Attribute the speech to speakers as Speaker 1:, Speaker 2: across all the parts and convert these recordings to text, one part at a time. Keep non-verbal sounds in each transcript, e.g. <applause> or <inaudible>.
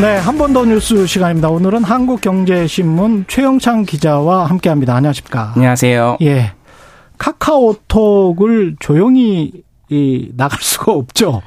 Speaker 1: 네, 한 번 더 뉴스 시간입니다. 오늘은 한국경제신문 최영창 기자와 함께합니다. 안녕하십니까?
Speaker 2: 네. 안녕하세요.
Speaker 1: 예, 카카오톡을 조용히 이, 나갈 <laughs> 수가 없죠.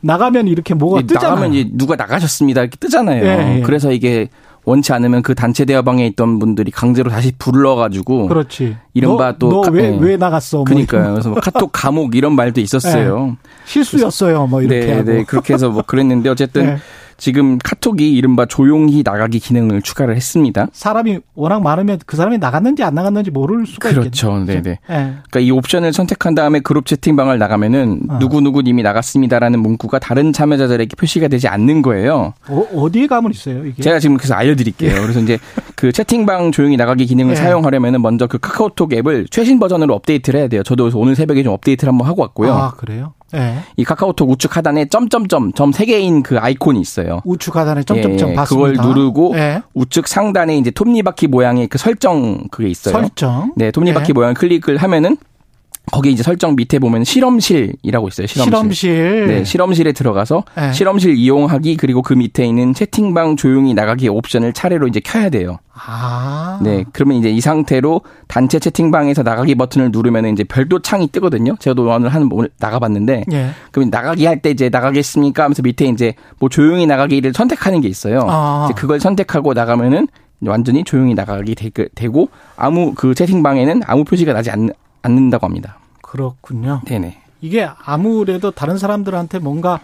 Speaker 1: 나가면 이렇게 뭐가
Speaker 2: 이-
Speaker 1: 뜨잖아요.
Speaker 2: 나가면 이제 누가 나가셨습니다 이렇게 뜨잖아요.
Speaker 1: 예, 예.
Speaker 2: 그래서 이게 원치 않으면 그 단체 대화방에 있던 분들이 강제로 다시 불러가지고
Speaker 1: 그렇지.
Speaker 2: 뭐 이른바
Speaker 1: 너,
Speaker 2: 또 가-
Speaker 1: 너왜
Speaker 2: 예.
Speaker 1: 왜 나갔어? 그렇죠. 뭐
Speaker 2: 그러니까요.
Speaker 1: <laughs>
Speaker 2: 그래서 뭐 카톡 감옥 이런 말도 있었어요.
Speaker 1: 실수였어요. 뭐 이렇게
Speaker 2: 네,
Speaker 1: 하고.
Speaker 2: 네, 그렇게 해서 뭐 그랬는데
Speaker 1: <laughs>
Speaker 2: 어쨌든
Speaker 1: 네.
Speaker 2: 지금 카톡이 이른바 조용히 나가기 기능을 추가를 했습니다.
Speaker 1: 사람이 워낙 많으면 그 사람이 나갔는지 안 나갔는지 모를 수가
Speaker 2: 그렇죠.
Speaker 1: 있겠네.
Speaker 2: 네, 네.
Speaker 1: 예.
Speaker 2: 그러니까 이 옵션을 선택한 다음에 그룹 채팅방을 나가면은
Speaker 1: 아.
Speaker 2: 누구 누구 님이 나갔습니다라는 문구가 다른 참여자들에게 표시가 되지 않는 거예요.
Speaker 1: 어, 디에 가면 있어요, 이게?
Speaker 2: 제가 지금 그래서 알려드릴게요. 그래서 이제 그 채팅방 조용히 나가기 기능을
Speaker 1: 예.
Speaker 2: 사용하려면은 먼저 그 카카오톡 앱을 최신 버전으로 업데이트를 해야 돼요. 저도 그래서 오늘 새벽에 좀 업데이트를 한번 하고 왔고요.
Speaker 1: 아, 그래요? 예.
Speaker 2: 이 카카오톡 우측 하단에 점점점 점 세 개인 그 아이콘이 있어요.
Speaker 1: 우측 하단에 점점점
Speaker 2: 예,
Speaker 1: 봤습니다.
Speaker 2: 그걸 누르고
Speaker 1: 예.
Speaker 2: 우측 상단에 이제 톱니바퀴 모양의 그 설정 그게 있어요.
Speaker 1: 설정.
Speaker 2: 네, 톱니바퀴
Speaker 1: 예.
Speaker 2: 모양 클릭을 하면은 거기 이제 설정 밑에 보면 실험실이라고 있어요. 네, 실험실. 예.
Speaker 1: 실험실.
Speaker 2: 네, 실험실에 들어가서
Speaker 1: 네.
Speaker 2: 실험실 이용하기 그리고 그 밑에 있는 채팅방 조용히 나가기 옵션을 차례로 이제 켜야 돼요.
Speaker 1: 아.
Speaker 2: 네, 그러면 이제 이 상태로 단체 채팅방에서 나가기 버튼을 누르면 이제 별도 창이 뜨거든요. 제가 오늘 한 오늘 나가봤는데
Speaker 1: 예.
Speaker 2: 그럼 나가기 할 때 이제 나가겠습니까 하면서 밑에 이제 뭐 조용히 나가기를 선택하는 게 있어요.
Speaker 1: 아.
Speaker 2: 이제 그걸 선택하고 나가면은 완전히 조용히 나가기 되, 고 아무 그 채팅방에는 아무 표시가 나지 않, 않는다고 합니다.
Speaker 1: 그렇군요.
Speaker 2: 네네.
Speaker 1: 이게 아무래도 다른 사람들한테 뭔가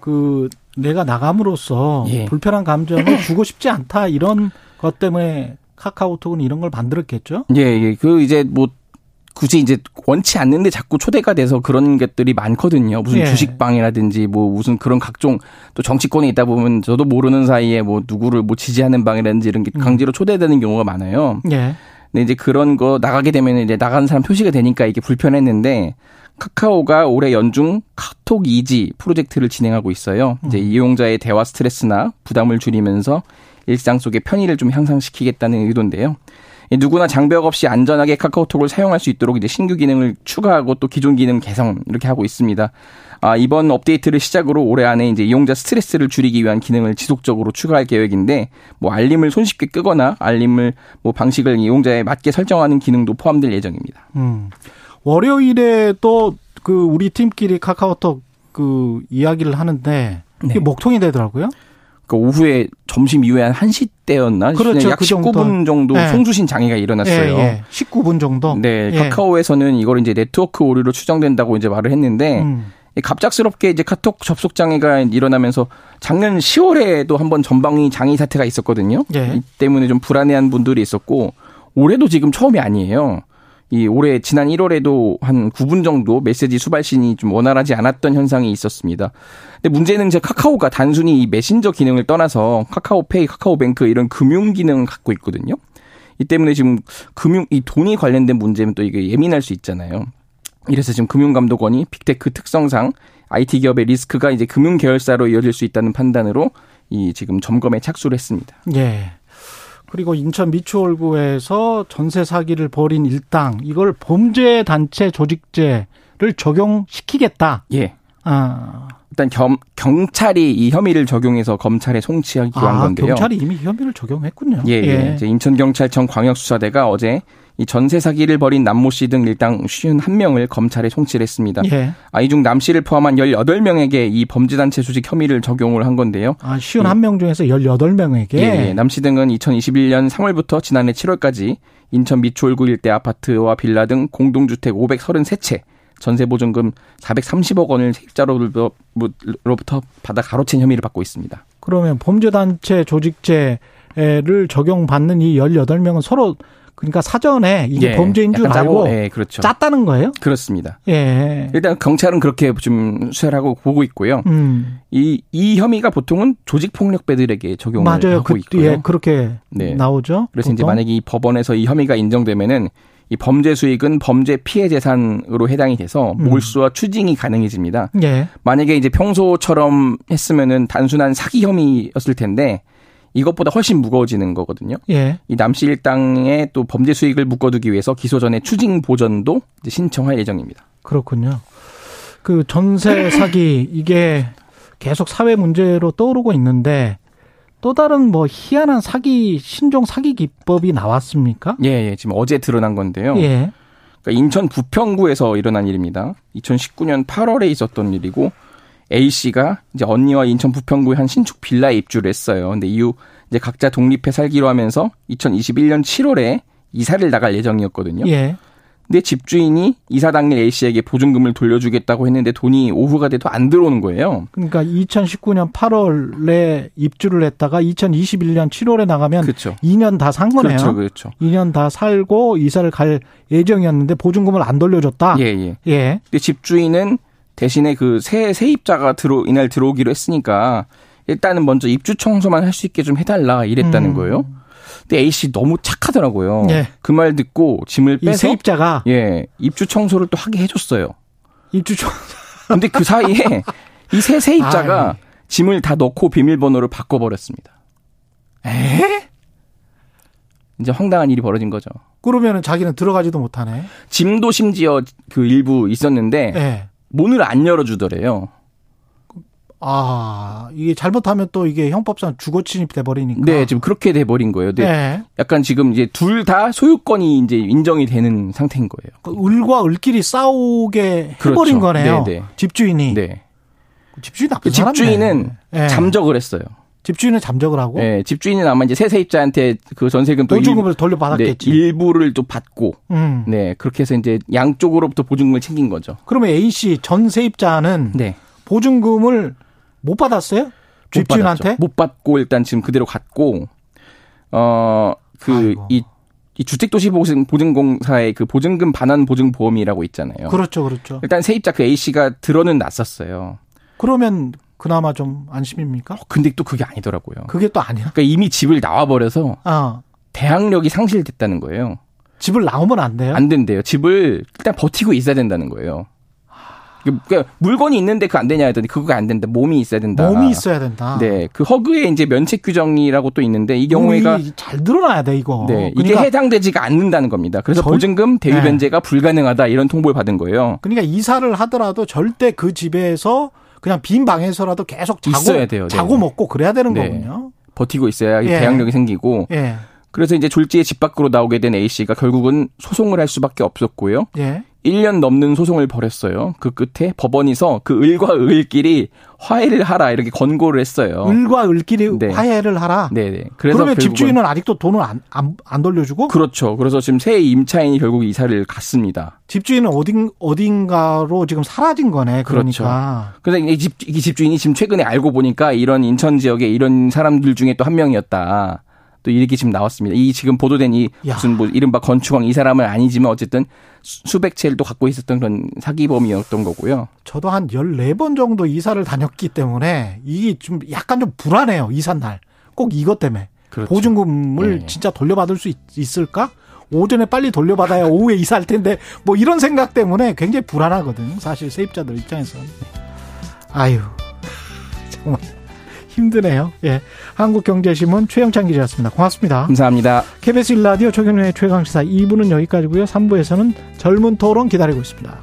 Speaker 1: 그 내가 나감으로써
Speaker 2: 예.
Speaker 1: 불편한 감정을 <laughs> 주고 싶지 않다 이런 것 때문에 카카오톡은 이런 걸 만들었겠죠?
Speaker 2: 예, 예. 그 이제 뭐 굳이 이제 원치 않는데 자꾸 초대가 돼서 그런 것들이 많거든요. 무슨
Speaker 1: 예.
Speaker 2: 주식방이라든지 뭐 무슨 그런 각종 또 정치권에 있다 보면 저도 모르는 사이에 뭐 누구를 뭐 지지하는 방이라든지 이런
Speaker 1: 음.
Speaker 2: 게 강제로 초대되는 경우가 많아요.
Speaker 1: 예.
Speaker 2: 근데 이제 그런 거 나가게 되면 이제 나가는 사람 표시가 되니까 이게 불편했는데 카카오가 올해 연중 카톡 이지 프로젝트를 진행하고 있어요. 이제 이용자의 대화 스트레스나 부담을 줄이면서 일상 속의 편의를 좀 향상시키겠다는 의도인데요. 이 누구나 장벽 없이 안전하게 카카오톡을 사용할 수 있도록 이제 신규 기능을 추가하고 또 기존 기능 개선 이렇게 하고 있습니다. 아, 이번 업데이트를 시작으로 올해 안에 이제 이용자 스트레스를 줄이기 위한 기능을 지속적으로 추가할 계획인데 뭐 알림을 손쉽게 끄거나 알림을 뭐 방식을 이용자에 맞게 설정하는 기능도 포함될 예정입니다.
Speaker 1: 음. 월요일에 또 그 우리 팀끼리 카카오톡 그 이야기를 하는데 이게
Speaker 2: 네.
Speaker 1: 목통이 되더라고요.
Speaker 2: 그 오후에 점심 이후에 한 1시 때였나?
Speaker 1: 그렇죠.
Speaker 2: 약
Speaker 1: 그 정도.
Speaker 2: 19분 정도
Speaker 1: 네.
Speaker 2: 송수신 장애가 일어났어요.
Speaker 1: 예, 예. 19분 정도.
Speaker 2: 네,
Speaker 1: 예.
Speaker 2: 카카오에서는 이걸 이제 네트워크 오류로 추정된다고 이제 말을 했는데
Speaker 1: 음.
Speaker 2: 이 갑작스럽게 이제 카톡 접속 장애가 일어나면서 작년 10월에도 한번 전방위 장애 사태가 있었거든요.
Speaker 1: 예.
Speaker 2: 이 때문에 좀 불안해한 분들이 있었고 올해도 지금 처음이 아니에요. 이 올해 지난 1월에도 한 9분 정도 메시지 수발신이 좀 원활하지 않았던 현상이 있었습니다. 근데 문제는 이제 카카오가 단순히 이 메신저 기능을 떠나서 카카오페이, 카카오뱅크 이런 금융 기능을 갖고 있거든요. 이 때문에 지금 금융 이 돈이 관련된 문제면 또 이게 예민할 수 있잖아요. 이래서 지금 금융감독원이 빅테크 특성상 IT 기업의 리스크가 이제 금융 계열사로 이어질 수 있다는 판단으로 이 지금 점검에 착수를 했습니다.
Speaker 1: 예. 그리고 인천 미추홀구에서 전세 사기를 벌인 일당 이걸 범죄 단체 조직죄를 적용시키겠다.
Speaker 2: 예.
Speaker 1: 아,
Speaker 2: 일단 겸- 경찰이 이 혐의를 적용해서 검찰에 송치하기로 한
Speaker 1: 아,
Speaker 2: 건데요.
Speaker 1: 경찰이 이미 혐의를 적용했군요.
Speaker 2: 예, 예. 이제 인천경찰청 광역수사대가 어제 이 전세 사기를 벌인 남모 씨 등 일당 51명을 검찰에 송치를 했습니다.
Speaker 1: 예.
Speaker 2: 아, 이 중 남 씨를 포함한 18명에게 이 범죄단체 조직 혐의를 적용을 한 건데요.
Speaker 1: 아, 쉬운 한 명 중에서 18명에게
Speaker 2: 예, 예. 남씨 등은 2021년 3월부터 지난해 7월까지 인천 미추홀구 일대 아파트와 빌라 등 공동주택 533채 전세보증금 430억 원을 세입자로부터 받아 가로챈 혐의를 받고 있습니다.
Speaker 1: 그러면 범죄 단체 조직죄를 적용받는 이 18명은 서로 그러니까 사전에 이게
Speaker 2: 예,
Speaker 1: 범죄인 줄
Speaker 2: 약간
Speaker 1: 알고
Speaker 2: 짜고, 예, 그렇죠.
Speaker 1: 짰다는 거예요?
Speaker 2: 그렇습니다.
Speaker 1: 예.
Speaker 2: 일단 경찰은 그렇게 좀 수사를 하고 보고 있고요.
Speaker 1: 음.
Speaker 2: 이, 이 혐의가 보통은 조직 폭력배들에게 적용을
Speaker 1: 맞아요.
Speaker 2: 하고
Speaker 1: 그,
Speaker 2: 있고요.
Speaker 1: 예, 그렇게
Speaker 2: 네.
Speaker 1: 나오죠.
Speaker 2: 그래서 이제
Speaker 1: 보통.
Speaker 2: 만약에 이 법원에서 이 혐의가 인정되면은 이 범죄 수익은 범죄 피해 재산으로 해당이 돼서
Speaker 1: 음.
Speaker 2: 몰수와 추징이 가능해집니다.
Speaker 1: 예.
Speaker 2: 만약에 이제 평소처럼 했으면은 단순한 사기 혐의였을 텐데 이것보다 훨씬 무거워지는 거거든요.
Speaker 1: 예.
Speaker 2: 이 남씨 일당의 또 범죄 수익을 묶어두기 위해서 기소 전에 추징 보전도 이제 신청할 예정입니다.
Speaker 1: 그렇군요. 그 전세 사기 이게 계속 사회 문제로 떠오르고 있는데 또 다른 뭐 희한한 사기 신종 사기 기법이 나왔습니까?
Speaker 2: 예, 예, 지금 어제 드러난 건데요.
Speaker 1: 예.
Speaker 2: 그러니까 인천 부평구에서 일어난 일입니다. 2019년 8월에 있었던 일이고 A 씨가 이제 언니와 인천 부평구의 한 신축 빌라에 입주를 했어요. 근데 이후 이제 각자 독립해 살기로 하면서 2021년 7월에 이사를 나갈 예정이었거든요.
Speaker 1: 예.
Speaker 2: 근데 집주인이 이사 당일 A 씨에게 보증금을 돌려주겠다고 했는데 돈이 오후가 돼도 안 들어오는 거예요.
Speaker 1: 그러니까 2019년 8월에 입주를 했다가 2021년 7월에 나가면
Speaker 2: 그렇죠.
Speaker 1: 2년 다 산 거네요.
Speaker 2: 그렇죠, 그렇죠.
Speaker 1: 2년 다 살고 이사를 갈 예정이었는데 보증금을 안 돌려줬다.
Speaker 2: 예, 예.
Speaker 1: 예.
Speaker 2: 근데 집주인은 대신에 그 새 세입자가 들어 이날 들어오기로 했으니까 일단은 먼저 입주 청소만 할 수 있게 좀 해달라 이랬다는
Speaker 1: 음.
Speaker 2: 거예요. 근데 A 씨 너무 착하더라고요.
Speaker 1: 예.
Speaker 2: 그 말 듣고 짐을
Speaker 1: 이
Speaker 2: 빼서
Speaker 1: 세입자가
Speaker 2: 예 입주 청소를 또 하게 해줬어요.
Speaker 1: 입주 중 <laughs>
Speaker 2: 근데 그 사이에 이 새 세입자가
Speaker 1: 아이.
Speaker 2: 짐을 다 넣고 비밀번호를 바꿔버렸습니다. 에? 이제 황당한 일이 벌어진 거죠.
Speaker 1: 그러면은 자기는 들어가지도 못하네.
Speaker 2: 짐도 심지어 그 일부 있었는데
Speaker 1: 예.
Speaker 2: 문을 안 열어주더래요.
Speaker 1: 아, 이게 잘못하면 또 이게 형법상 주거 침입돼 버리니까.
Speaker 2: 네, 지금 그렇게 돼버린 거예요. 네.
Speaker 1: 예.
Speaker 2: 약간 지금 이제 둘 다 소유권이 이제 인정이 되는 상태인 거예요.
Speaker 1: 그 을과 을끼리 싸우게
Speaker 2: 그렇죠.
Speaker 1: 해버린 거네요.
Speaker 2: 네, 네.
Speaker 1: 집주인이.
Speaker 2: 네.
Speaker 1: 집주인 나쁜
Speaker 2: 그
Speaker 1: 사람이네. 뭐?
Speaker 2: 집주인은
Speaker 1: 예.
Speaker 2: 잠적을 했어요.
Speaker 1: 집주인은 잠적을 하고
Speaker 2: 예, 집주인은 아마 이제 새 세입자한테 그 전세금 또
Speaker 1: 보증금을
Speaker 2: 일, 네,
Speaker 1: 돌려받았겠지.
Speaker 2: 일부를 또 받고
Speaker 1: 음.
Speaker 2: 네 그렇게 해서 이제 양쪽으로부터 보증금을 챙긴 거죠.
Speaker 1: 그러면 A 씨전 세입자는
Speaker 2: 네.
Speaker 1: 보증금을 못 받았어요?
Speaker 2: 못 받았죠.
Speaker 1: 집주인한테?
Speaker 2: 못 받고 일단 지금 그대로 갔고 어,
Speaker 1: 아이고.
Speaker 2: 어그이 이 주택도시보증공사의 그 보증금 반환 보증 보험이라고 있잖아요.
Speaker 1: 그렇죠, 그렇죠.
Speaker 2: 일단 세입자 그 A 씨가 들어는 났었어요.
Speaker 1: 그러면 그나마 좀 안심입니까?
Speaker 2: 어, 근데 또 그게 아니더라고요.
Speaker 1: 그게 또 아니야.
Speaker 2: 그러니까 이미 집을 나와버려서
Speaker 1: 아,
Speaker 2: 대항력이 상실됐다는 거예요.
Speaker 1: 집을 나오면 안 돼요?
Speaker 2: 안 된대요. 집을 일단 버티고 있어야 된다는 거예요. 그러니까 물건이 있는데 그 안 되냐 했더니 그거가 안 된다. 몸이 있어야 된다.
Speaker 1: 몸이 있어야 아. 된다.
Speaker 2: 네, 그 허그에 이제 면책 규정이라고 또 있는데 이 경우에가
Speaker 1: 몸이 잘 드러나야 돼 이거.
Speaker 2: 네, 이게
Speaker 1: 그러니까,
Speaker 2: 해당되지가 않는다는 겁니다. 그래서
Speaker 1: 절-
Speaker 2: 보증금 대위
Speaker 1: 네.
Speaker 2: 변제가 불가능하다 이런 통보를 받은 거예요.
Speaker 1: 그러니까 이사를 하더라도 절대 그 집에서 그냥 빈 방에서라도 계속 자고
Speaker 2: 있어야 돼요, 네.
Speaker 1: 자고 먹고 그래야 되는
Speaker 2: 네.
Speaker 1: 거군요.
Speaker 2: 버티고 있어야
Speaker 1: 예.
Speaker 2: 대항력이 생기고
Speaker 1: 예,
Speaker 2: 그래서 이제 졸지에 집 밖으로 나오게 된 A 씨가 결국은 소송을 할 수밖에 없었고요.
Speaker 1: 예.
Speaker 2: 1년 넘는 소송을 벌였어요. 그 끝에 법원에서 그 을과 을끼리 화해를 하라 이렇게 권고를 했어요.
Speaker 1: 을과 을끼리
Speaker 2: 네.
Speaker 1: 화해를 하라.
Speaker 2: 네네.
Speaker 1: 음.
Speaker 2: 그래서
Speaker 1: 그러면
Speaker 2: 결국은-
Speaker 1: 집주인은 아직도 돈을 안 안 돌려주고
Speaker 2: 그렇죠. 그래서 지금 새 임차인이 결국 이사를 갔습니다.
Speaker 1: 집주인은 어딘 어딘가로 지금 사라진 거네. 그러니까
Speaker 2: 그런데 이, 집, 이 집주인이 지금 최근에 알고 보니까 이런 인천 지역에 이런 사람들 중에 또 한 명이었다. 또 이렇게 지금 나왔습니다. 이 지금 보도된 이
Speaker 1: 야.
Speaker 2: 무슨 뭐 이른바 건축왕 이 사람은 아니지만 어쨌든 수- 수백 채를 또 갖고 있었던 그런 사기범이었던 거고요.
Speaker 1: 저도 한 14번 정도 이사를 다녔기 때문에 이게 좀 약간 좀 불안해요. 이사 날. 꼭 이것 때문에.
Speaker 2: 그렇죠.
Speaker 1: 보증금을
Speaker 2: 예.
Speaker 1: 진짜 돌려받을 수 있, 있을까? 오전에 빨리 돌려받아야 오후에 이사할 텐데 뭐 이런 생각 때문에 굉장히 불안하거든. 사실 세입자들 입장에서는. 아유. 정말 힘드네요. 예. 한국경제신문 최영찬 기자였습니다. 고맙습니다.
Speaker 2: 감사합니다.
Speaker 1: KBS 1라디오 최경련의 최강시사 2부는 여기까지고요. 3부에서는 젊은 토론 기다리고 있습니다.